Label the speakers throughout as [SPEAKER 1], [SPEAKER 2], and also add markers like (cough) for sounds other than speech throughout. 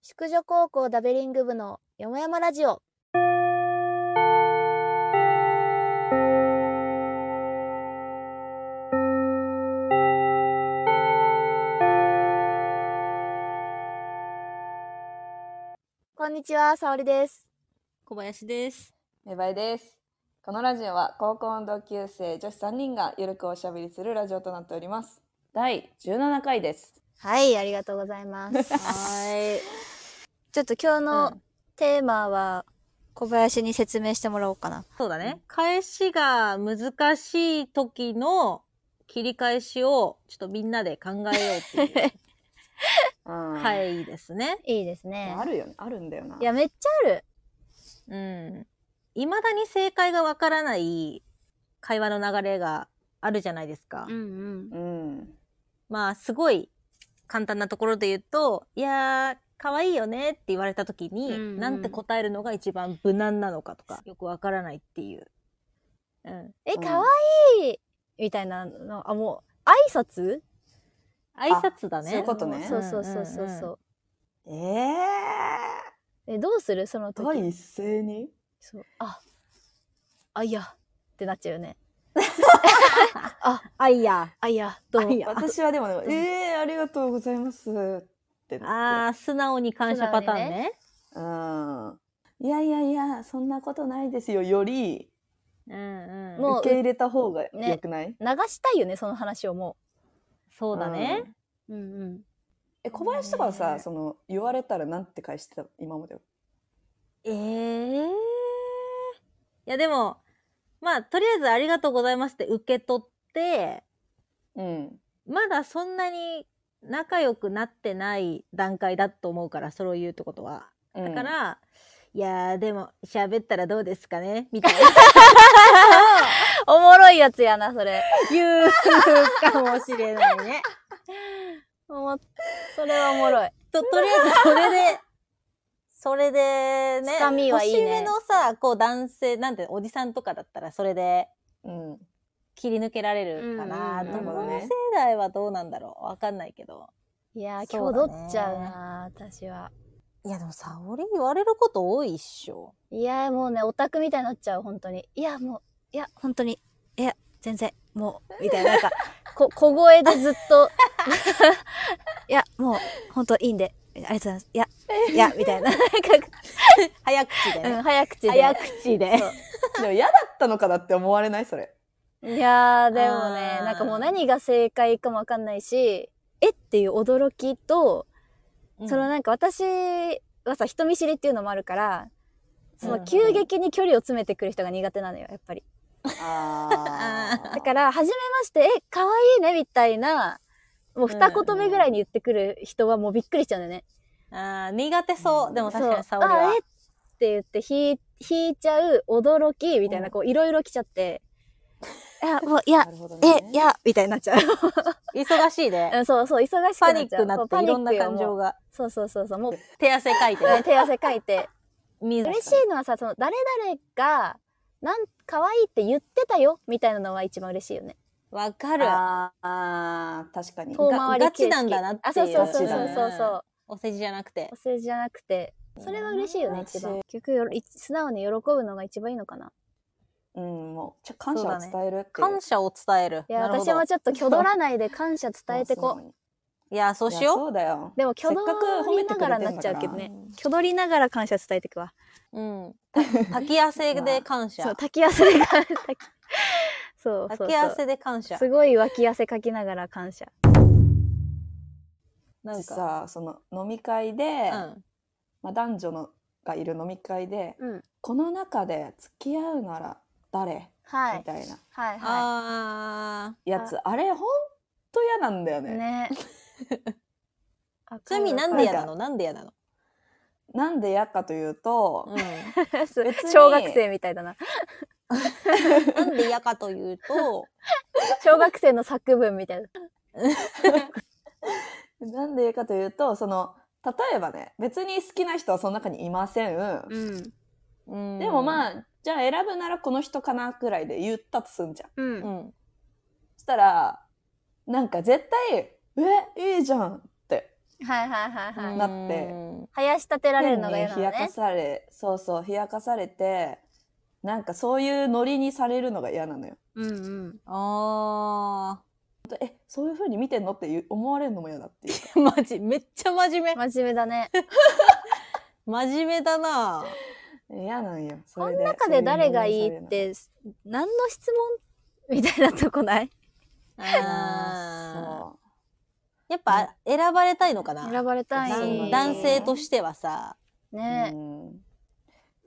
[SPEAKER 1] 宿女高校ダベリング部のよもやまラジオこんにちは沙織です
[SPEAKER 2] 小林です。
[SPEAKER 3] 芽生えです。このラジオは高校の同級生女子3人がゆるくおしゃべりするラジオとなっております。第17回です。
[SPEAKER 1] はいありがとうございます (laughs)
[SPEAKER 2] は
[SPEAKER 1] ちょっと今日
[SPEAKER 3] う
[SPEAKER 1] のテーマは小林に説明してもらおうかな
[SPEAKER 2] そうだね。返しが難しい時の切り返しをちょっとみんなで考えようっていう
[SPEAKER 3] うん
[SPEAKER 2] 会です
[SPEAKER 1] (laughs)
[SPEAKER 2] ね。
[SPEAKER 1] いいですね
[SPEAKER 3] あるよね。あるんだよな。
[SPEAKER 1] いやめっちゃある
[SPEAKER 2] うん。いまだに正解がわからない会話の流れがあるじゃないですか。
[SPEAKER 1] ん
[SPEAKER 3] うん。
[SPEAKER 2] まあ、すごい簡単なところで言うと、いやー、可愛いよねって言われた時に、
[SPEAKER 1] うんうん
[SPEAKER 2] なんて答えるのが一番無難なのかとか、よくわからないっていう。うん。
[SPEAKER 1] え
[SPEAKER 3] うん
[SPEAKER 1] 可愛いみたいなのあもう挨拶
[SPEAKER 2] 挨拶だね。
[SPEAKER 3] そういうことね
[SPEAKER 1] そうそうそうそうそう。
[SPEAKER 3] ええ
[SPEAKER 1] えどうするその
[SPEAKER 3] ー、第
[SPEAKER 1] 時。
[SPEAKER 3] 一声に
[SPEAKER 1] そうああいやってなっちゃうよね。
[SPEAKER 2] あいや。
[SPEAKER 1] あいやどう
[SPEAKER 2] あいや
[SPEAKER 3] 私はでも、ね、
[SPEAKER 1] ん
[SPEAKER 3] ええー、ありがとうございますって
[SPEAKER 2] あ
[SPEAKER 3] なっ
[SPEAKER 2] あ、素直に感謝パターンね。
[SPEAKER 3] てるうん。いやいやいや、そんなことないですよ。より、
[SPEAKER 2] うんうん。
[SPEAKER 1] もう
[SPEAKER 3] 受け入れた方が
[SPEAKER 1] ね
[SPEAKER 3] 良くない、
[SPEAKER 1] 流したいよねその話をも
[SPEAKER 2] そうだね。
[SPEAKER 1] う。うんうん。
[SPEAKER 3] え、小林とかはさ、
[SPEAKER 2] ね
[SPEAKER 3] その、言われたらなんて返してた今までは。
[SPEAKER 2] ええー。いやでも、まあ、とりあえずありがとうございますって受け取って、
[SPEAKER 3] うん。
[SPEAKER 2] まだそんなに仲良くなってない段階だと思うから、それを言うってことは。
[SPEAKER 3] だ
[SPEAKER 2] だか、ら、いやーでも喋ったらどうですかねみたいな
[SPEAKER 1] おもろいやつやなそれ。
[SPEAKER 2] 言うかもしれないね。
[SPEAKER 1] おもそれはおもろい。
[SPEAKER 2] と、とりあえずそれで、それでね、
[SPEAKER 1] つかみはいいね
[SPEAKER 2] 年上のさ、こう男性、なんておじさんとかだったらそれで
[SPEAKER 3] うん。
[SPEAKER 2] 切り抜けられるかな
[SPEAKER 1] うん
[SPEAKER 2] と
[SPEAKER 1] うんうん
[SPEAKER 2] 思う。
[SPEAKER 1] なるほど
[SPEAKER 2] 同
[SPEAKER 3] ね
[SPEAKER 2] 世代はどうなんだろうわかんないけど。
[SPEAKER 1] いやー
[SPEAKER 2] そ
[SPEAKER 1] 今
[SPEAKER 2] う
[SPEAKER 1] 日ど
[SPEAKER 2] だね
[SPEAKER 1] っちゃうな私は。
[SPEAKER 2] いやでも沙織言われること多いっしょ。
[SPEAKER 1] いやーもうねオタクみたいになっちゃう本当に。いやもういや本当にいや全然もうみたいななんかこ (laughs) 小声でずっと (laughs) いやもう本当いいんでありがとうございますいやいやみ
[SPEAKER 3] (laughs)
[SPEAKER 1] たいななんか、
[SPEAKER 2] 早口で
[SPEAKER 1] う
[SPEAKER 2] ね。
[SPEAKER 1] ん、早口で
[SPEAKER 2] 早口で。
[SPEAKER 3] でも嫌だったのかだって思われない
[SPEAKER 2] (laughs)
[SPEAKER 3] それ。
[SPEAKER 1] いやーでもね
[SPEAKER 2] あー
[SPEAKER 1] なんかもう何が正解かもわかんないしえっていう驚きと、
[SPEAKER 2] うん
[SPEAKER 1] そのなんか私はさ人見知りっていうのもあるからそ
[SPEAKER 3] うんうんう
[SPEAKER 1] の
[SPEAKER 3] ん
[SPEAKER 1] 急激に距離を詰めてくる人が苦手なのよやっぱり。
[SPEAKER 3] あ
[SPEAKER 2] ー
[SPEAKER 1] だから、初めまして、え、可愛いね、みたいな、もう二言目ぐらいに言ってくる人はもうびっくりしちゃうんだよね。
[SPEAKER 2] あー苦手そう。でも確かに
[SPEAKER 1] そ
[SPEAKER 2] 沙
[SPEAKER 1] う、
[SPEAKER 2] 織
[SPEAKER 1] あ、
[SPEAKER 2] は
[SPEAKER 1] えっ。て言って、ひい、引いちゃう、驚き、みたいな、
[SPEAKER 3] うん
[SPEAKER 1] こう、いろいろ来ちゃ
[SPEAKER 2] (laughs)
[SPEAKER 1] って、いや、もう、いや
[SPEAKER 3] な、るほど
[SPEAKER 1] え
[SPEAKER 3] ね、。
[SPEAKER 1] いや、みたいになっちゃう。
[SPEAKER 2] 忙しいで
[SPEAKER 1] (laughs) う。んそうそう、忙しくなっちゃ
[SPEAKER 2] パ
[SPEAKER 1] う。
[SPEAKER 2] ニックにな
[SPEAKER 1] こ
[SPEAKER 2] っ
[SPEAKER 1] う
[SPEAKER 2] ていろんな感。
[SPEAKER 1] パニックよ
[SPEAKER 2] 情
[SPEAKER 1] もう
[SPEAKER 2] が。
[SPEAKER 1] そうそうそうそう、もう、ね
[SPEAKER 2] 手汗かいてね。
[SPEAKER 1] 手汗かいて。
[SPEAKER 2] 嬉
[SPEAKER 1] 嬉しいのはさ、その、誰々が、なん、可愛いって言ってたよ、みたいなのは一番嬉しいよね。
[SPEAKER 2] わかる。
[SPEAKER 3] あーあー、確かに。
[SPEAKER 1] 遠回り
[SPEAKER 2] ガ
[SPEAKER 1] 形式
[SPEAKER 2] チなんだなっていう
[SPEAKER 1] あ、そうそうそうそうそう
[SPEAKER 2] ガチ
[SPEAKER 1] そ
[SPEAKER 2] だ
[SPEAKER 1] う
[SPEAKER 2] ね。お世辞じゃなくて
[SPEAKER 1] お。世辞じゃなくてそれは嬉しいよね
[SPEAKER 3] うん
[SPEAKER 1] 一番結局よろい素直に喜ぶのが一番いいのかな
[SPEAKER 3] うん、もう、ちょ感謝を伝えるっていう。
[SPEAKER 2] 感謝を伝える。
[SPEAKER 1] いや
[SPEAKER 2] なるほ
[SPEAKER 1] 私
[SPEAKER 2] ど
[SPEAKER 1] はちょっと挙取らないで感謝伝えて
[SPEAKER 3] も
[SPEAKER 1] こ
[SPEAKER 3] う。
[SPEAKER 2] いや、そう
[SPEAKER 3] 素直にい
[SPEAKER 2] し
[SPEAKER 3] や
[SPEAKER 2] よ
[SPEAKER 3] そうだよ。
[SPEAKER 1] でも挙
[SPEAKER 3] せっかく褒
[SPEAKER 1] 取
[SPEAKER 3] め
[SPEAKER 1] り
[SPEAKER 3] て
[SPEAKER 1] な
[SPEAKER 3] く
[SPEAKER 1] が
[SPEAKER 3] れ
[SPEAKER 1] ら
[SPEAKER 3] て
[SPEAKER 1] に
[SPEAKER 3] んだから
[SPEAKER 1] なっちゃうけどね挙取りながら感謝伝えてくわ
[SPEAKER 2] う。うん。炊き汗で感 (laughs)
[SPEAKER 1] そう
[SPEAKER 2] 謝。
[SPEAKER 1] 炊き汗で感炊きそうそう
[SPEAKER 2] 炊き
[SPEAKER 1] そう
[SPEAKER 2] 汗で感謝。
[SPEAKER 1] すごい脇汗かきながら感謝
[SPEAKER 2] なんか。
[SPEAKER 3] さ、その飲み会で、
[SPEAKER 2] うん。
[SPEAKER 3] まあ、男女のがいる飲み会で、
[SPEAKER 1] うん
[SPEAKER 3] この中で付き合うなら誰、
[SPEAKER 1] は
[SPEAKER 3] み
[SPEAKER 1] い
[SPEAKER 3] たいな
[SPEAKER 1] はいは
[SPEAKER 2] あー。
[SPEAKER 3] やつ、あれ、ほんと嫌なんだよ
[SPEAKER 1] い
[SPEAKER 3] ね。
[SPEAKER 1] ね
[SPEAKER 2] ちなみになんで嫌なのなんで嫌なの
[SPEAKER 3] なんで嫌かというと、
[SPEAKER 2] う。
[SPEAKER 3] 別に
[SPEAKER 1] 小学生みたいだなん
[SPEAKER 2] なんで嫌かというと、
[SPEAKER 1] 小学生の作文みたいな
[SPEAKER 3] なんで嫌かというと、その、例えばね、別に好きな人はその中にいません。
[SPEAKER 1] うん
[SPEAKER 2] うん
[SPEAKER 3] でもま
[SPEAKER 2] あ、
[SPEAKER 3] あ、じゃあ選ぶならこの人かなくらいで言ったとすんじゃん。
[SPEAKER 1] う
[SPEAKER 2] うんん。
[SPEAKER 3] そしたら、なんか絶対、え、いいじゃんって
[SPEAKER 1] はいはいはいはい。
[SPEAKER 3] なって
[SPEAKER 1] 生やし立てられるのが嫌
[SPEAKER 3] 変
[SPEAKER 1] な
[SPEAKER 3] に冷
[SPEAKER 1] の
[SPEAKER 3] やか
[SPEAKER 1] ね。
[SPEAKER 3] されそうそう冷やかされてなんかそういうノリにされるのが嫌なのよ
[SPEAKER 1] うんうん。
[SPEAKER 2] あ
[SPEAKER 3] えそういう風に見てんのっていう思われるのも嫌だっていうか
[SPEAKER 2] ー (laughs) マジめっちゃ真面目
[SPEAKER 1] 真面目だね。
[SPEAKER 2] 真面目だな
[SPEAKER 1] (laughs)
[SPEAKER 3] 嫌なんよそ
[SPEAKER 1] こ
[SPEAKER 3] れ
[SPEAKER 1] の
[SPEAKER 3] で
[SPEAKER 1] 中で誰がいいって、何の質問みたいなとこない
[SPEAKER 2] あー
[SPEAKER 3] あ
[SPEAKER 2] やっぱ選ばれたいのかな
[SPEAKER 1] (laughs) 選ばれた
[SPEAKER 2] 男
[SPEAKER 1] い。
[SPEAKER 2] 男性と
[SPEAKER 1] して。
[SPEAKER 2] してはさ
[SPEAKER 1] ね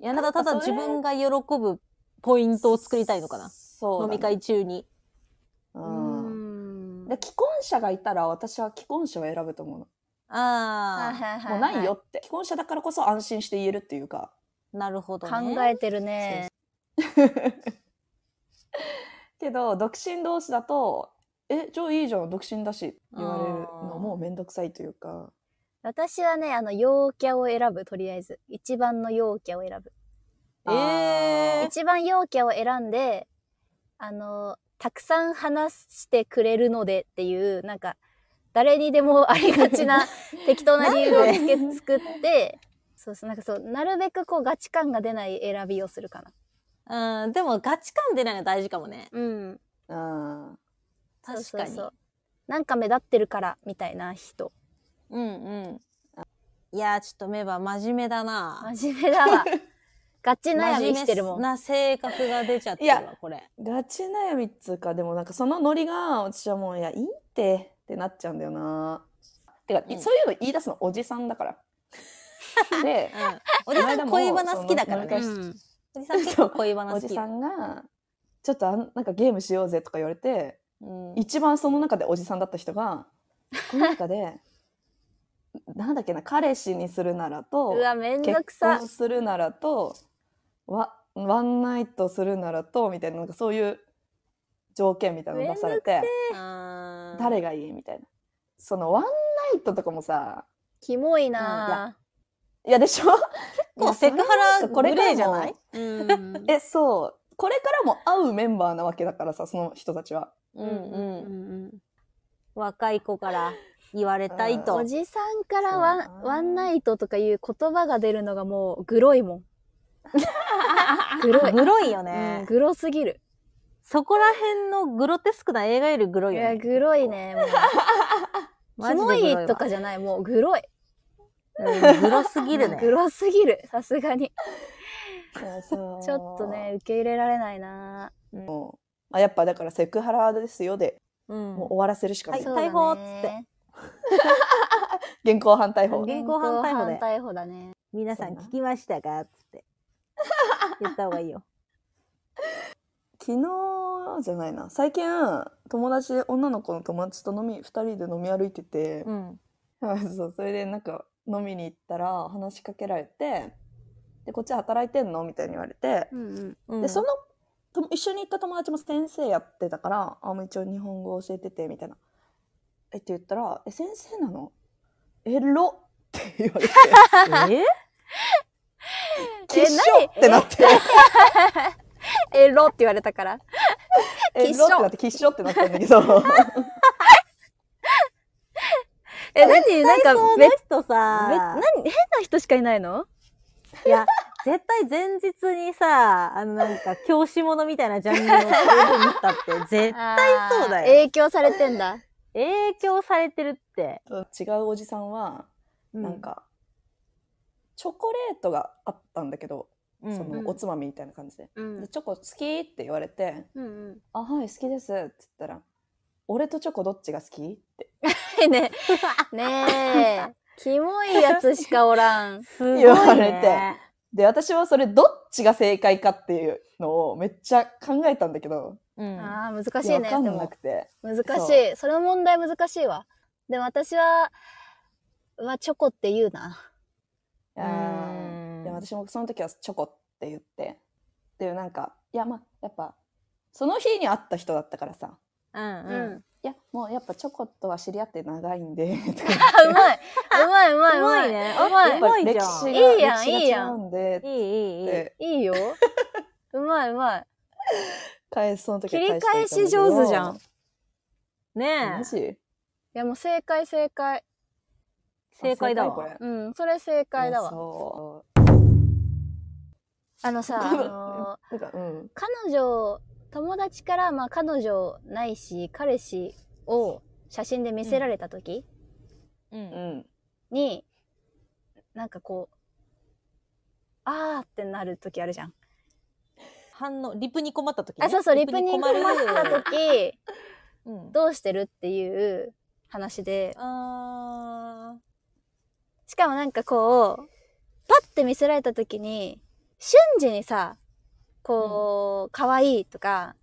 [SPEAKER 3] いや
[SPEAKER 2] ただただ自分が喜ぶポイントを作りたいのかな
[SPEAKER 3] そう
[SPEAKER 2] 飲み
[SPEAKER 3] だね
[SPEAKER 2] 会中に
[SPEAKER 3] う
[SPEAKER 1] うんん。
[SPEAKER 3] で既婚者がいたら私は既婚者を選ぶと思うの
[SPEAKER 1] はいは
[SPEAKER 2] あ
[SPEAKER 1] いはいはい
[SPEAKER 3] もうないよって既婚者だからこそ安心して言えるっていうか
[SPEAKER 2] あなるほどね
[SPEAKER 1] 考えてるね。
[SPEAKER 3] けど独身同士だと「えじゃあいいじゃん独身だし」って言われるのも面倒くさいというか
[SPEAKER 1] 私はね、あの、陽キャを選ぶ、とりあえず。一番の陽キャを選ぶ。
[SPEAKER 3] あー
[SPEAKER 2] えー
[SPEAKER 1] 一番陽キャを選んで、あの、たくさん話してくれるのでっていう、なんか、誰にでもありがち (laughs) な適当な理由をつけ作って、そうそう、なんかそう、なるべくこうガチ感が出ない選びをするかな。
[SPEAKER 2] うんでもガチ感出ないの大事かもね
[SPEAKER 1] うん。
[SPEAKER 3] うん
[SPEAKER 1] そう
[SPEAKER 2] 確
[SPEAKER 1] そ
[SPEAKER 2] か
[SPEAKER 1] う
[SPEAKER 2] に
[SPEAKER 1] そう。なんか目立ってるから、みたいな人。
[SPEAKER 2] うんうんいやーちょっとメバ真面目だな
[SPEAKER 1] 真面目だ (laughs) わ。ガチ悩みしてるもん。
[SPEAKER 2] な性格が出ちゃってる
[SPEAKER 3] い
[SPEAKER 2] わ
[SPEAKER 1] (laughs)
[SPEAKER 2] これ
[SPEAKER 3] ガチ悩みっつうかでもなんかそのノリが私はもういやいいってってなっちゃうんだよなてか、
[SPEAKER 2] うん
[SPEAKER 3] そういうの言い出すのおじさんだからで
[SPEAKER 2] うんおじさん恋バナ好きだからね
[SPEAKER 3] その
[SPEAKER 1] うん
[SPEAKER 2] おじさん結構恋バナ
[SPEAKER 3] お
[SPEAKER 2] 好
[SPEAKER 3] じ
[SPEAKER 2] き
[SPEAKER 3] さ
[SPEAKER 2] だ
[SPEAKER 3] んが「ちょっとあんなんかゲームしようぜ」とか言われて
[SPEAKER 2] うん
[SPEAKER 3] 一番その中でおじさんだった
[SPEAKER 1] (laughs)
[SPEAKER 3] 人がこの中でなんだっけな彼氏にするならと
[SPEAKER 1] うわ、めんどく
[SPEAKER 3] 結
[SPEAKER 1] さ。
[SPEAKER 3] 婚するならとワワンナイトするならとみたいななんかそういう条件みたいなの出されて
[SPEAKER 2] あー
[SPEAKER 3] 誰がいいみたいなそのワンナイトとかもさ
[SPEAKER 1] キモいな
[SPEAKER 3] 「いやでしょ?」
[SPEAKER 2] 結構セクハラ
[SPEAKER 3] これ
[SPEAKER 2] グ
[SPEAKER 3] からも
[SPEAKER 2] レーじゃない
[SPEAKER 1] ぁ。 (laughs) うん。
[SPEAKER 3] えそうこれからも会うメンバーなわけだからさその人たちは。
[SPEAKER 2] う
[SPEAKER 1] うん
[SPEAKER 2] うん
[SPEAKER 1] うん。
[SPEAKER 2] 若い子から言われたいと
[SPEAKER 1] おじさんからワ
[SPEAKER 3] そうだ
[SPEAKER 1] ン
[SPEAKER 3] な
[SPEAKER 1] ワンナイトとかいう言葉が出るのがもうグロいもん。 (laughs) グロい。
[SPEAKER 2] グロいよ
[SPEAKER 1] う
[SPEAKER 2] ね
[SPEAKER 1] ん、グロすぎる。
[SPEAKER 2] そこら辺のグロテスクな映画よりグロ
[SPEAKER 1] い
[SPEAKER 2] いよ
[SPEAKER 1] や、
[SPEAKER 2] ね
[SPEAKER 1] グロいね。もう
[SPEAKER 2] マ
[SPEAKER 1] キ
[SPEAKER 2] ジで
[SPEAKER 1] モ
[SPEAKER 2] グロいわ
[SPEAKER 1] いとかじゃない、もうグロい。
[SPEAKER 2] うんグロすぎるね
[SPEAKER 1] グロすぎる。さすがに。
[SPEAKER 3] ちょ
[SPEAKER 1] (laughs) ちょっとね、受け入れられないな
[SPEAKER 3] もうあやっぱだからセクハラですよで
[SPEAKER 2] うん
[SPEAKER 3] もう終わらせるしかない、
[SPEAKER 2] はい逮捕っつって。
[SPEAKER 3] 現行犯逮捕
[SPEAKER 2] 現
[SPEAKER 1] 現
[SPEAKER 2] 行
[SPEAKER 1] 行犯
[SPEAKER 2] 犯逮捕で
[SPEAKER 1] 逮捕だね。
[SPEAKER 2] 皆さん聞きましたかつって言った方がいいよ
[SPEAKER 3] 昨日じゃないな最近友達女の子の友達と飲み2人で飲み歩いてて、
[SPEAKER 2] ん
[SPEAKER 3] (laughs) そうそれでなんか飲みに行ったら話しかけられてでこっち働いてんのみたいに言われて、
[SPEAKER 1] うん (laughs) うん。
[SPEAKER 3] でそのと一緒に行った友達も先生やってたから「あもう一応日本語教えてて」みたいな「えっ?」て言ったら「え先生なのえろ」って言われて。
[SPEAKER 2] え
[SPEAKER 3] きっしょってなって、
[SPEAKER 1] え、ロって言われたから。
[SPEAKER 3] え、ロってなって、きっしょってなったんだけど、
[SPEAKER 1] え、何なんか、
[SPEAKER 2] そ
[SPEAKER 1] め
[SPEAKER 2] の
[SPEAKER 1] っ
[SPEAKER 2] 人
[SPEAKER 1] め
[SPEAKER 2] さ
[SPEAKER 1] 何変な人しかいないの
[SPEAKER 2] いや絶対前日にさあのなんか教師ものみたいなジャンルの映画見たって
[SPEAKER 1] (laughs) 対
[SPEAKER 2] 絶そうだよ
[SPEAKER 1] 影響されてんだ。
[SPEAKER 2] 影響されてるって
[SPEAKER 3] 違うおじさんは、なんか、チョコレートがあったんだけど、
[SPEAKER 2] うん
[SPEAKER 3] その
[SPEAKER 1] うん
[SPEAKER 3] おつまみみたいな感じで。
[SPEAKER 1] うん
[SPEAKER 3] でチョコ好きって言われて、
[SPEAKER 1] うんうん。
[SPEAKER 3] あ、はい、好きですって言ったら、俺とチョコどっちが好きって。
[SPEAKER 1] えねえ。ねえ。キモいやつしかおらん。
[SPEAKER 2] すごい、ね、
[SPEAKER 3] 言われてで、私はそれどっちが正解かっていうのをめっちゃ考えたんだけど、
[SPEAKER 2] うん、
[SPEAKER 1] ああ、難し
[SPEAKER 3] いや
[SPEAKER 1] い
[SPEAKER 3] わ
[SPEAKER 1] ね。
[SPEAKER 3] かん
[SPEAKER 1] で
[SPEAKER 3] な
[SPEAKER 1] も
[SPEAKER 3] くて。
[SPEAKER 1] 難しい。その問題難しいわ。でも私は、はチョコって言うな。
[SPEAKER 3] あーで私もその時はチョコって言ってでなんかいやまあやっぱその日に会った人だったからさ
[SPEAKER 2] うん
[SPEAKER 1] う
[SPEAKER 2] うん
[SPEAKER 1] ん。
[SPEAKER 3] いやもうやっぱチョコとは知り合って長い
[SPEAKER 1] (laughs)
[SPEAKER 3] んでとか
[SPEAKER 1] あ、うまい。 (laughs) うまい、うまい、
[SPEAKER 2] う
[SPEAKER 1] う
[SPEAKER 2] ま
[SPEAKER 1] ま
[SPEAKER 2] い
[SPEAKER 1] い。
[SPEAKER 2] ね
[SPEAKER 1] うま
[SPEAKER 3] や
[SPEAKER 1] い
[SPEAKER 3] っ
[SPEAKER 2] う。ま
[SPEAKER 3] ぱ
[SPEAKER 2] いじゃん
[SPEAKER 3] 歴史が
[SPEAKER 1] いいやん
[SPEAKER 3] 歴史が
[SPEAKER 1] いいやん
[SPEAKER 3] 違うんで
[SPEAKER 2] いいいいいい
[SPEAKER 3] って
[SPEAKER 1] いいよ。うまい、うまい。
[SPEAKER 3] 返すその時は
[SPEAKER 1] 切り
[SPEAKER 3] 返
[SPEAKER 1] 返
[SPEAKER 3] してい
[SPEAKER 1] した
[SPEAKER 3] だけど
[SPEAKER 1] 上手じゃん
[SPEAKER 2] ねえ
[SPEAKER 3] マジ
[SPEAKER 1] いや、もう正解、正解。
[SPEAKER 2] 正解だ
[SPEAKER 3] あ正
[SPEAKER 2] わ。
[SPEAKER 3] これ
[SPEAKER 1] うん、それ正解だ
[SPEAKER 3] いや
[SPEAKER 1] わ。
[SPEAKER 3] そ
[SPEAKER 1] あのさ、あ
[SPEAKER 3] 多分
[SPEAKER 1] のー
[SPEAKER 3] う。なんか、うん。
[SPEAKER 1] 彼女、友達から、まあ彼女ないし、彼氏を写真で見せられた時
[SPEAKER 2] う。
[SPEAKER 3] うんん。
[SPEAKER 1] に、なんかこう、あーってなる時あるじゃん。
[SPEAKER 2] 反応、リプに困った時ね。
[SPEAKER 1] あ、そうそう、リプに困っ
[SPEAKER 2] 困
[SPEAKER 1] た
[SPEAKER 2] る。
[SPEAKER 1] 時、
[SPEAKER 2] うん。
[SPEAKER 1] どうしてるっていう話で、
[SPEAKER 2] あ
[SPEAKER 1] しかもなんかこう、パッて見せられた時に、瞬時にさ、こう、可愛いとか、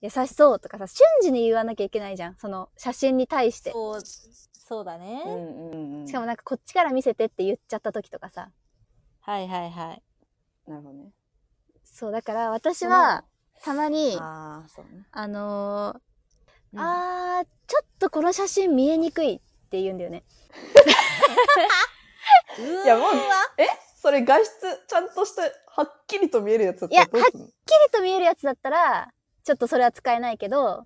[SPEAKER 1] 優しそうとかさ、瞬時に言わなきゃいけないじゃん。その写真に対し
[SPEAKER 2] ー
[SPEAKER 1] て。
[SPEAKER 2] そう、そうだね
[SPEAKER 3] う。んうんうん。
[SPEAKER 1] しかもなんかこっちから見せてって言っちゃった時とかさ。
[SPEAKER 2] はいはいはい。
[SPEAKER 3] なるほどね。
[SPEAKER 1] そう、だから私は、たまに、あ
[SPEAKER 3] ああ、そうね。
[SPEAKER 1] の
[SPEAKER 2] う
[SPEAKER 1] ー、
[SPEAKER 2] ん
[SPEAKER 1] あー、ちょっとこの写真見えにくいって言うんだよね。
[SPEAKER 2] い
[SPEAKER 3] いやもうえそれ画質、ちゃんとして、はっきりと見えるやつだったらどうすんの
[SPEAKER 1] きりと見えるやつだったら、ちょっとそれは使えないけど、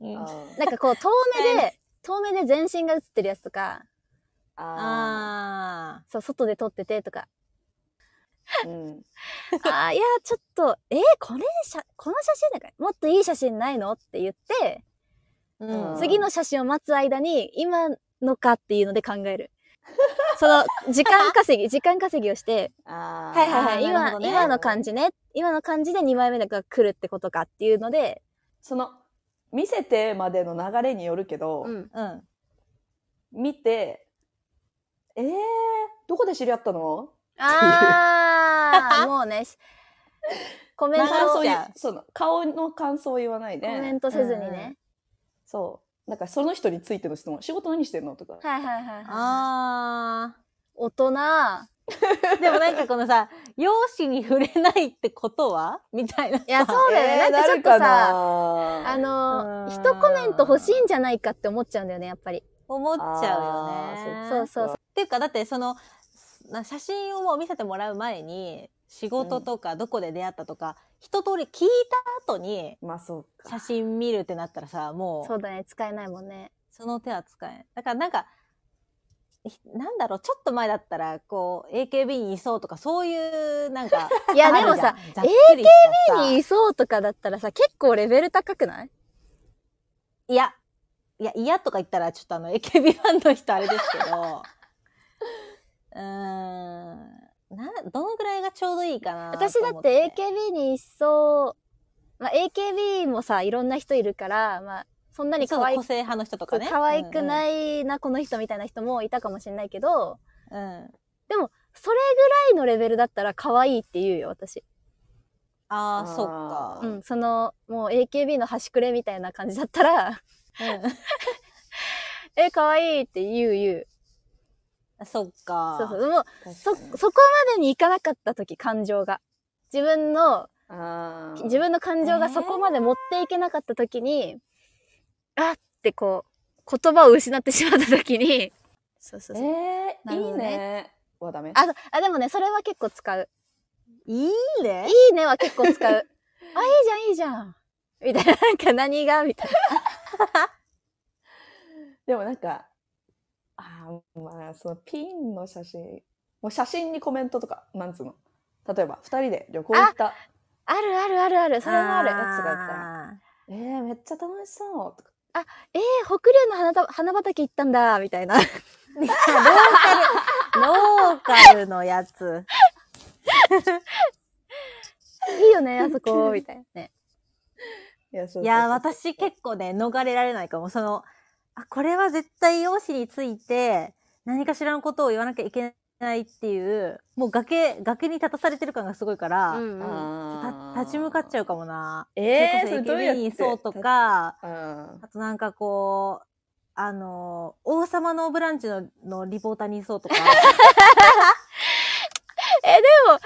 [SPEAKER 2] うん
[SPEAKER 3] あー
[SPEAKER 1] なんかこう、遠
[SPEAKER 2] (laughs)
[SPEAKER 1] 目で、遠目で全身が映ってるやつとか、
[SPEAKER 3] あ
[SPEAKER 2] あ
[SPEAKER 1] そう、外で撮っててと
[SPEAKER 2] (laughs)
[SPEAKER 1] か、
[SPEAKER 3] ー。うん。
[SPEAKER 1] あーいや、ちょっと、えーこれ、写この写真なんか、もっといい写真ないのって言って、
[SPEAKER 2] ー。
[SPEAKER 3] ん
[SPEAKER 2] うん。
[SPEAKER 1] 次の写真を待つ間に、今のかっていうので考える。その、時間稼ぎ、時間稼ぎをして、
[SPEAKER 3] あー
[SPEAKER 1] はいはいはい、
[SPEAKER 2] あーなる
[SPEAKER 1] 今、
[SPEAKER 2] ほどね
[SPEAKER 1] 今の感じね。今の感じで2枚目が来るってことかっていうので、
[SPEAKER 3] その、見せてまでの流れによるけど、
[SPEAKER 1] うん。
[SPEAKER 2] うん。
[SPEAKER 3] 見て、えー、どこで知り合ったの
[SPEAKER 1] あー、もうね、しコメン
[SPEAKER 2] 流
[SPEAKER 3] 感
[SPEAKER 1] ト
[SPEAKER 3] 想
[SPEAKER 1] を、
[SPEAKER 2] しち
[SPEAKER 3] 言
[SPEAKER 2] ゃ
[SPEAKER 3] うその顔の感想を言わない
[SPEAKER 1] コ
[SPEAKER 3] で、
[SPEAKER 1] メントせずにね。
[SPEAKER 3] そう。なんかその人についての質問、仕事何してんのとか。
[SPEAKER 1] はいはいはいはい。
[SPEAKER 2] ああ。
[SPEAKER 1] 大人、
[SPEAKER 2] でもなんかこのさ、 (laughs) 容姿に触れないってことはみたいなさ。
[SPEAKER 1] いやそうだよね
[SPEAKER 3] え
[SPEAKER 1] な
[SPEAKER 3] ー
[SPEAKER 1] んかちょっとさ
[SPEAKER 3] なるか
[SPEAKER 1] あ
[SPEAKER 3] な
[SPEAKER 1] の、
[SPEAKER 2] うん
[SPEAKER 1] 一コメント欲しいんじゃないかって思っちゃうんだよね、やっぱり。
[SPEAKER 2] 思っちゃうよ
[SPEAKER 3] あ
[SPEAKER 2] ね。
[SPEAKER 3] ー
[SPEAKER 1] そうそうそう。
[SPEAKER 2] っていうかだってそのな写真をもう見せてもらう前に仕事とかどこで出会ったとか、一通り聞いた後に
[SPEAKER 3] まあそうか。
[SPEAKER 2] 写真見るってなったらさも
[SPEAKER 1] そううだね、使えないもんね。
[SPEAKER 2] その手は使えんだからなんかひなんだろうちょっと前だったらこう AKB にいそうとかそういうなんか
[SPEAKER 1] (laughs) いや、でもさ、
[SPEAKER 2] AKB
[SPEAKER 1] にいそうとかだったらさ、結構レベル高くない
[SPEAKER 2] いやいや嫌とか言ったらちょっとあの AKB ファンの人あれですけど (laughs) うーんなどのぐらいがちょうどいいかなと思
[SPEAKER 1] 私だって AKB にいそう、まあ、AKB もさ、いろんな人いるから、まあ、そんなに
[SPEAKER 2] そう
[SPEAKER 1] 可
[SPEAKER 2] そう
[SPEAKER 1] 愛
[SPEAKER 2] 個
[SPEAKER 1] く、
[SPEAKER 2] 性派の人とかね
[SPEAKER 1] 可愛く
[SPEAKER 2] い、
[SPEAKER 1] ないな、この人みたいな人もいたかもしれないけど、
[SPEAKER 2] うんうんうん
[SPEAKER 1] それぐらいのレベルだったら可愛いって言うよ、私。
[SPEAKER 3] あ
[SPEAKER 2] ああ
[SPEAKER 3] ー
[SPEAKER 2] そっか
[SPEAKER 1] うん、その、もう AKB の端くれみたいな感じだったら、 (laughs) え、可愛いって言う言う。
[SPEAKER 2] うんそっか
[SPEAKER 1] そうそう。もう、そ、
[SPEAKER 3] 確かに
[SPEAKER 1] そこまでに行かなかった時、感情が。自分の、
[SPEAKER 3] あー
[SPEAKER 1] 自分の感情がそこまで持っていけなかった時に、あってこう、言葉を失ってしまった時に、そうそうそう。
[SPEAKER 3] え
[SPEAKER 1] なる
[SPEAKER 3] ー、い
[SPEAKER 1] ほど
[SPEAKER 3] い
[SPEAKER 1] ね
[SPEAKER 3] ね。はダメ。
[SPEAKER 1] あ、あ、でもね、それは結構使う。
[SPEAKER 2] いいね
[SPEAKER 1] いいねは結構使 (laughs) う。あ、いいじゃん、いいじゃん。みたいな、なんか何がみたいな。
[SPEAKER 3] でもなんか、あーまあ、そのピンの写真、もう写真にコメントとか、なんつうの。例えば、二人で旅行行った。
[SPEAKER 1] あるあるあるある、それもある。
[SPEAKER 3] やつがいた
[SPEAKER 2] ら
[SPEAKER 3] えー、めっちゃ楽しそう。とか。
[SPEAKER 1] えー、北竜の花束花畑行ったんだ、みた (laughs) いな。
[SPEAKER 2] ローカルのやつ
[SPEAKER 1] いいよね、あ (laughs) そこ、みたいなね。
[SPEAKER 3] いや、そうそうそう
[SPEAKER 2] いや私結構ね逃れられないかもそのあこれは絶対容姿について何かしらのことを言わなきゃいけないっていうもう崖崖に立たされてる感がすごいから、
[SPEAKER 1] うんうん。
[SPEAKER 3] あ
[SPEAKER 2] た立ち向かっちゃう
[SPEAKER 3] か
[SPEAKER 2] かもな
[SPEAKER 3] えー、
[SPEAKER 2] そ
[SPEAKER 3] そ
[SPEAKER 2] れ
[SPEAKER 3] れ
[SPEAKER 2] こそ
[SPEAKER 3] どうや
[SPEAKER 2] AKB
[SPEAKER 3] って
[SPEAKER 2] にそうと。か
[SPEAKER 3] うん。
[SPEAKER 2] あとなんかこう、あのー王様のブランチののリポーターにいそ
[SPEAKER 3] (laughs)
[SPEAKER 2] うとか。
[SPEAKER 1] え
[SPEAKER 2] でも、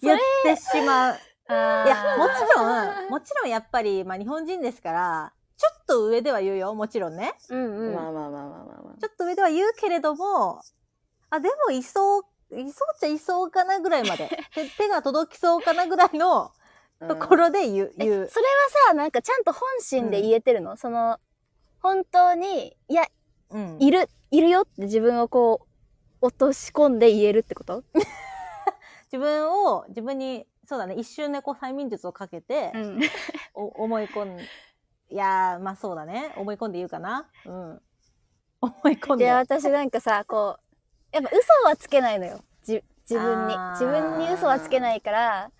[SPEAKER 2] 言ってしまう。
[SPEAKER 1] あー
[SPEAKER 2] いや、もちろん、もちろんやっぱり、まあ日本人ですから、ちょっと上では言うよ、もちろんね。
[SPEAKER 1] うんうん。
[SPEAKER 3] まあまあまあまあまあまあ。
[SPEAKER 2] ちょっと上では言うけれども、あ、でもいそう、いそうっちゃいそうかなぐらい
[SPEAKER 1] (laughs)
[SPEAKER 2] まで。手手が届きそうかなぐらいのところで言う。
[SPEAKER 1] えそれ
[SPEAKER 2] 言
[SPEAKER 1] は
[SPEAKER 2] う
[SPEAKER 1] さなんかちゃんと本心で言えてるの、その本当にいや
[SPEAKER 2] うん
[SPEAKER 1] いるいるよって自分をこう落とし込んで言えるってこと
[SPEAKER 2] 自分を自分にそうだね一瞬でこう催眠術をかけて、
[SPEAKER 1] ん。
[SPEAKER 2] お思い込んいやーまあそうだね思い込んで言うかなうん思い込んで
[SPEAKER 1] で、私なんかさ、こう、やっぱ嘘はつけないのよ。じ自分に
[SPEAKER 2] あー。
[SPEAKER 1] 自分に嘘はつけないから、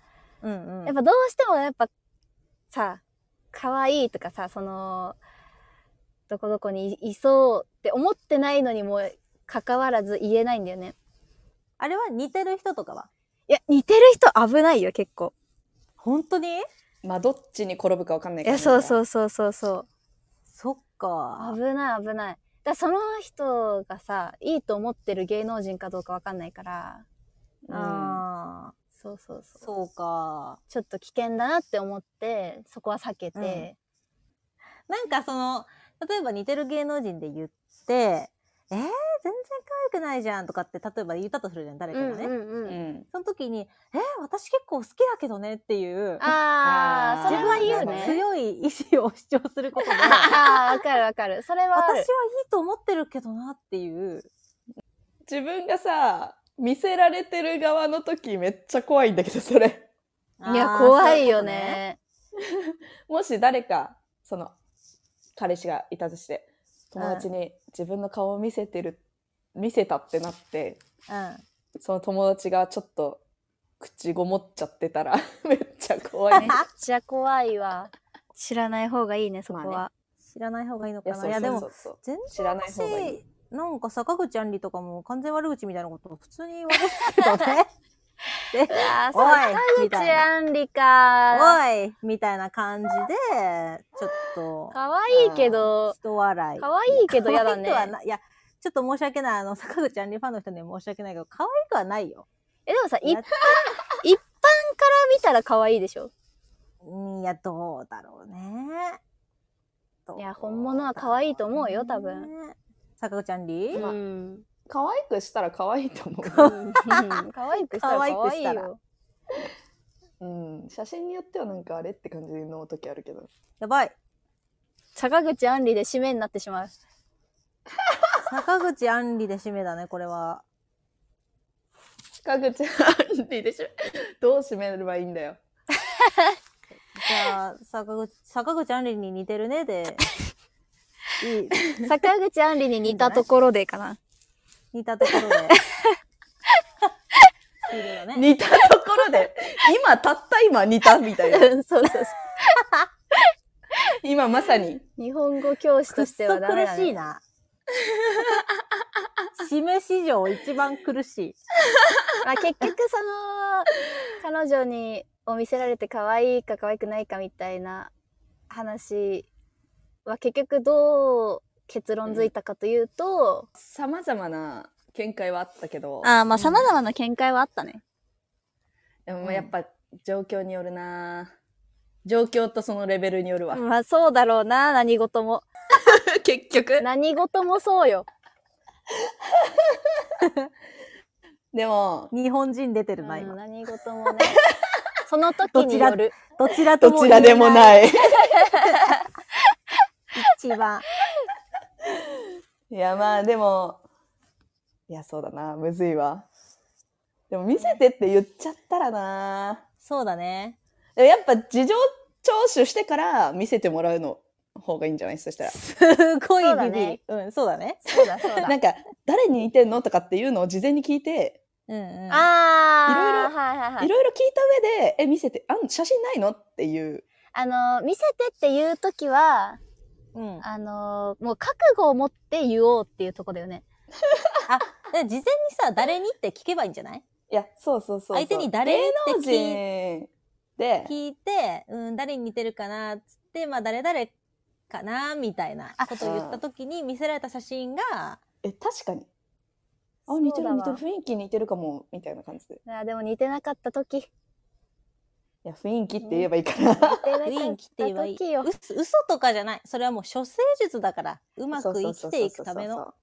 [SPEAKER 2] うんうん
[SPEAKER 1] やっぱどうしてもやっぱさ、可愛いとかさ、その、どこどこにいいそうって思ってないのにもかかわらず言えないんだよね。
[SPEAKER 2] あれは似てる人とかはい
[SPEAKER 1] や、似てる人危ないよ、結構。
[SPEAKER 2] 本当に
[SPEAKER 3] まあどっちに転ぶかわかんない
[SPEAKER 1] い
[SPEAKER 3] から
[SPEAKER 1] や、
[SPEAKER 3] ね
[SPEAKER 1] そうそううそうそうそう。
[SPEAKER 2] そっか
[SPEAKER 1] 危ない危ない。だからその人がさ、いいと思ってる芸能人かどうかわかんないから、
[SPEAKER 3] ん
[SPEAKER 2] あ
[SPEAKER 1] そうそうそう。
[SPEAKER 2] ーそうか
[SPEAKER 1] ちょっと危険だなって思って、そこは避けて、。
[SPEAKER 2] なんかその例えば似てる芸能人で言ってえー、全然可愛くないじゃんとかって例えば言ったとするじゃん誰かがね、
[SPEAKER 3] うんん
[SPEAKER 2] その時に「えー、私結構好きだけどね」っていう
[SPEAKER 1] あ
[SPEAKER 3] あー
[SPEAKER 1] あ、それは言う
[SPEAKER 3] 自分は
[SPEAKER 1] ね。
[SPEAKER 2] 強い意志を主張することで
[SPEAKER 1] ああ、わかるわかる。それはあ
[SPEAKER 2] 私はい
[SPEAKER 1] る
[SPEAKER 2] い。と思ってるけどなっていう
[SPEAKER 3] 自分がさ見せられてる側の時めっちゃ怖いんだけどそれ (laughs)
[SPEAKER 1] いや、怖いよね。
[SPEAKER 3] もし誰かその彼氏がいたとして友達に自分の顔を見せてる、見せたってなって
[SPEAKER 2] そういうことね
[SPEAKER 3] その友達がちょっと口ごもっちゃってたら (laughs) めっちゃ怖
[SPEAKER 2] (laughs)
[SPEAKER 3] い
[SPEAKER 1] めっちゃ怖いわ。知らない方がいいね、そこ
[SPEAKER 3] ま
[SPEAKER 1] は。
[SPEAKER 2] うん、知らない方がいいの
[SPEAKER 3] い
[SPEAKER 2] か
[SPEAKER 3] や
[SPEAKER 2] な
[SPEAKER 3] そ
[SPEAKER 2] いうやで
[SPEAKER 3] そうそ
[SPEAKER 2] も
[SPEAKER 3] うそう
[SPEAKER 2] 全
[SPEAKER 3] 知らない方がいい
[SPEAKER 2] 然私なんか坂口あんりとかも完全悪口みたいなことを普通に言われるけど
[SPEAKER 3] (laughs)
[SPEAKER 2] ね
[SPEAKER 1] うわー
[SPEAKER 2] お
[SPEAKER 1] 坂
[SPEAKER 2] い
[SPEAKER 1] 口
[SPEAKER 2] みたいな
[SPEAKER 1] あんりか。
[SPEAKER 2] おいみたいな感じでちょっと
[SPEAKER 1] かわいいけど、
[SPEAKER 2] 人笑い
[SPEAKER 1] かわいいけど嫌だね
[SPEAKER 2] 可。愛くはないいやちょっと申し訳ないあの坂口あんりファンの人には申し訳ないけど可愛くはないよ
[SPEAKER 1] え、でもさ、い
[SPEAKER 2] い
[SPEAKER 1] 一
[SPEAKER 2] や
[SPEAKER 1] 般から見たら可愛いでしょ
[SPEAKER 2] うんいやどうだろうねどう
[SPEAKER 1] いや本物は可愛いと思うよ
[SPEAKER 2] だろ
[SPEAKER 1] 多
[SPEAKER 2] ね坂口あんり、
[SPEAKER 3] まあ
[SPEAKER 1] (laughs) ん。
[SPEAKER 3] 可愛くしたら可愛いと思
[SPEAKER 1] 可愛くしたら可愛い
[SPEAKER 2] 可愛くしたら
[SPEAKER 1] よ。
[SPEAKER 3] う、うん、写真によってはなんかあれって感じの時あるけど
[SPEAKER 2] やばい
[SPEAKER 1] 坂口あんりで締めになってしまう。
[SPEAKER 2] 坂口あんりで締めだねこれは
[SPEAKER 3] 深口 (laughs) アンディでしょどう締めればいいんだよ
[SPEAKER 2] じゃあ坂口坂口あんりに似てるねで
[SPEAKER 3] (laughs)
[SPEAKER 2] いい
[SPEAKER 1] 坂口あんりに似たところでかな。
[SPEAKER 2] 似た
[SPEAKER 1] (laughs)
[SPEAKER 2] ところでいいよね
[SPEAKER 3] 似たところで今たった今似たみた (laughs) いな
[SPEAKER 1] うん (laughs) そうそうそう。
[SPEAKER 3] 今まさに
[SPEAKER 1] 日本語教師
[SPEAKER 2] く
[SPEAKER 1] と
[SPEAKER 2] っ
[SPEAKER 1] しては
[SPEAKER 2] そ
[SPEAKER 1] ダメだ、
[SPEAKER 2] 苦
[SPEAKER 1] ね。
[SPEAKER 2] しい (laughs) な。締め史上一番苦しい。
[SPEAKER 1] まあ結局その、彼女にを見せられて可愛いか可愛くないかみたいな話は結局どう結論づいたかというと、
[SPEAKER 3] さまざまな見解はあったけど
[SPEAKER 1] ああ、まあ様々な見解はあったね。
[SPEAKER 3] でも
[SPEAKER 2] うん
[SPEAKER 3] やっぱ状況によるな状況とそのレベルによるわ、
[SPEAKER 1] まあそうだろうな、何事も。(laughs)
[SPEAKER 3] 結局
[SPEAKER 1] 何事もそうよ。
[SPEAKER 3] でも
[SPEAKER 2] 日本人出てるな、
[SPEAKER 1] うん
[SPEAKER 2] 今。
[SPEAKER 1] 何事もね。その時による。
[SPEAKER 2] どちらと
[SPEAKER 3] ど
[SPEAKER 2] も
[SPEAKER 3] ちらでも
[SPEAKER 2] い。
[SPEAKER 3] ない
[SPEAKER 2] 一番。
[SPEAKER 3] いやまあでもいやそうだなむずいわでも見せてって言っちゃったらな
[SPEAKER 2] そうだね。
[SPEAKER 3] でもやっぱ事情聴取してから見せてもらうの方がいいんじゃないそしたら
[SPEAKER 2] すごい
[SPEAKER 1] そうだ
[SPEAKER 2] ビビ
[SPEAKER 1] ね
[SPEAKER 2] り。うん、そうだね。
[SPEAKER 1] そうだそうだ。
[SPEAKER 3] なんか誰に似てんのとかっていうのを事前に聞いて
[SPEAKER 2] うんうん。
[SPEAKER 1] ああ、
[SPEAKER 3] いろいろ
[SPEAKER 1] はいはいはいい。
[SPEAKER 3] ろいろ聞いた上で、え、見せて、あん、写真ないのっていう。
[SPEAKER 1] あの、見せてっていうときは、
[SPEAKER 2] うん。あ
[SPEAKER 1] あの、もう覚悟を持って言おうっていうとこだよね。
[SPEAKER 2] で事前にさ、誰にって聞けばいいんじゃない
[SPEAKER 3] いや、そうそうそうそう。
[SPEAKER 2] 相手に誰
[SPEAKER 3] 芸
[SPEAKER 2] って聞
[SPEAKER 3] 能
[SPEAKER 2] い
[SPEAKER 3] 人で、
[SPEAKER 2] 聞いて、うん、誰に似てるかな、つって、まあ、誰々かな、みたいなことを言った時に見せられた写真が、
[SPEAKER 3] え、確かに。あ、
[SPEAKER 1] そうだわ
[SPEAKER 3] 似てる似てる、雰囲気似てるかも、みたいな感じで。い
[SPEAKER 1] あーでも似てなかったとき。似
[SPEAKER 3] や、雰囲気って言えばいいかな。
[SPEAKER 1] てなか
[SPEAKER 2] ウィン
[SPEAKER 1] っ
[SPEAKER 2] 切って言えば
[SPEAKER 1] た
[SPEAKER 2] いい
[SPEAKER 1] ときよ。
[SPEAKER 2] 嘘嘘とかじゃないそれはもう処世術だからうまく生きてい
[SPEAKER 3] そうそうそ
[SPEAKER 2] くため
[SPEAKER 3] うそうそ
[SPEAKER 2] の
[SPEAKER 3] う。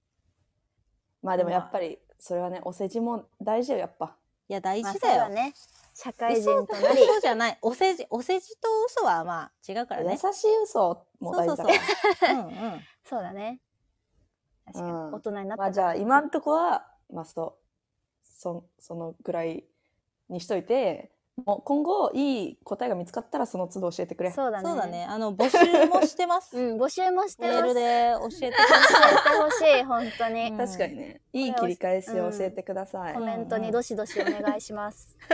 [SPEAKER 3] まあでもやっぱり、それはね、お世辞も大事よ、やっぱ。
[SPEAKER 2] いや大
[SPEAKER 1] まあ
[SPEAKER 2] 事
[SPEAKER 1] そう
[SPEAKER 2] だよ、
[SPEAKER 1] だね。社会人
[SPEAKER 2] 嘘
[SPEAKER 1] と
[SPEAKER 2] と
[SPEAKER 1] なり。
[SPEAKER 2] 嘘じゃないお世辞お世辞と嘘はまあ違うから
[SPEAKER 3] 優
[SPEAKER 2] ね
[SPEAKER 3] しい嘘も大事だから。
[SPEAKER 2] そううんうん
[SPEAKER 1] そうだね。確かに。
[SPEAKER 3] うん
[SPEAKER 1] 大人になった
[SPEAKER 3] (laughs) まあ
[SPEAKER 1] ら
[SPEAKER 3] じゃあ、今んとこは、ますとそそのぐらいにしといてもう今後いい答えが見つかったらその都度教えてくれ
[SPEAKER 1] そうだね。
[SPEAKER 2] そうだね。あの、募集もしてます。
[SPEAKER 1] うん、募集もして
[SPEAKER 2] メ
[SPEAKER 1] ます。
[SPEAKER 2] ー
[SPEAKER 1] 教え
[SPEAKER 2] ル
[SPEAKER 1] て
[SPEAKER 2] で教えてください。
[SPEAKER 1] ほしい、本当に。
[SPEAKER 2] うん
[SPEAKER 3] 確かにねいい切り返しを教えてください、
[SPEAKER 1] コメントにどしどしお願いします。
[SPEAKER 3] (laughs)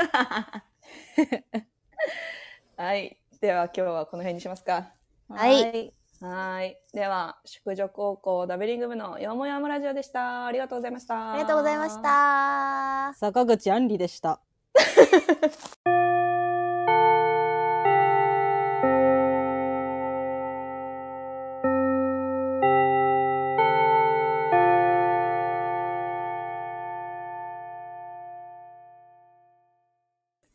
[SPEAKER 3] はいでは今日はこの辺にしますか
[SPEAKER 1] (laughs) はい
[SPEAKER 2] い。
[SPEAKER 3] はいでは宿女高校ダベリング部のよもやまラジオでしたありがとうございました
[SPEAKER 1] ありがとうございました。
[SPEAKER 2] 坂口あんりでした。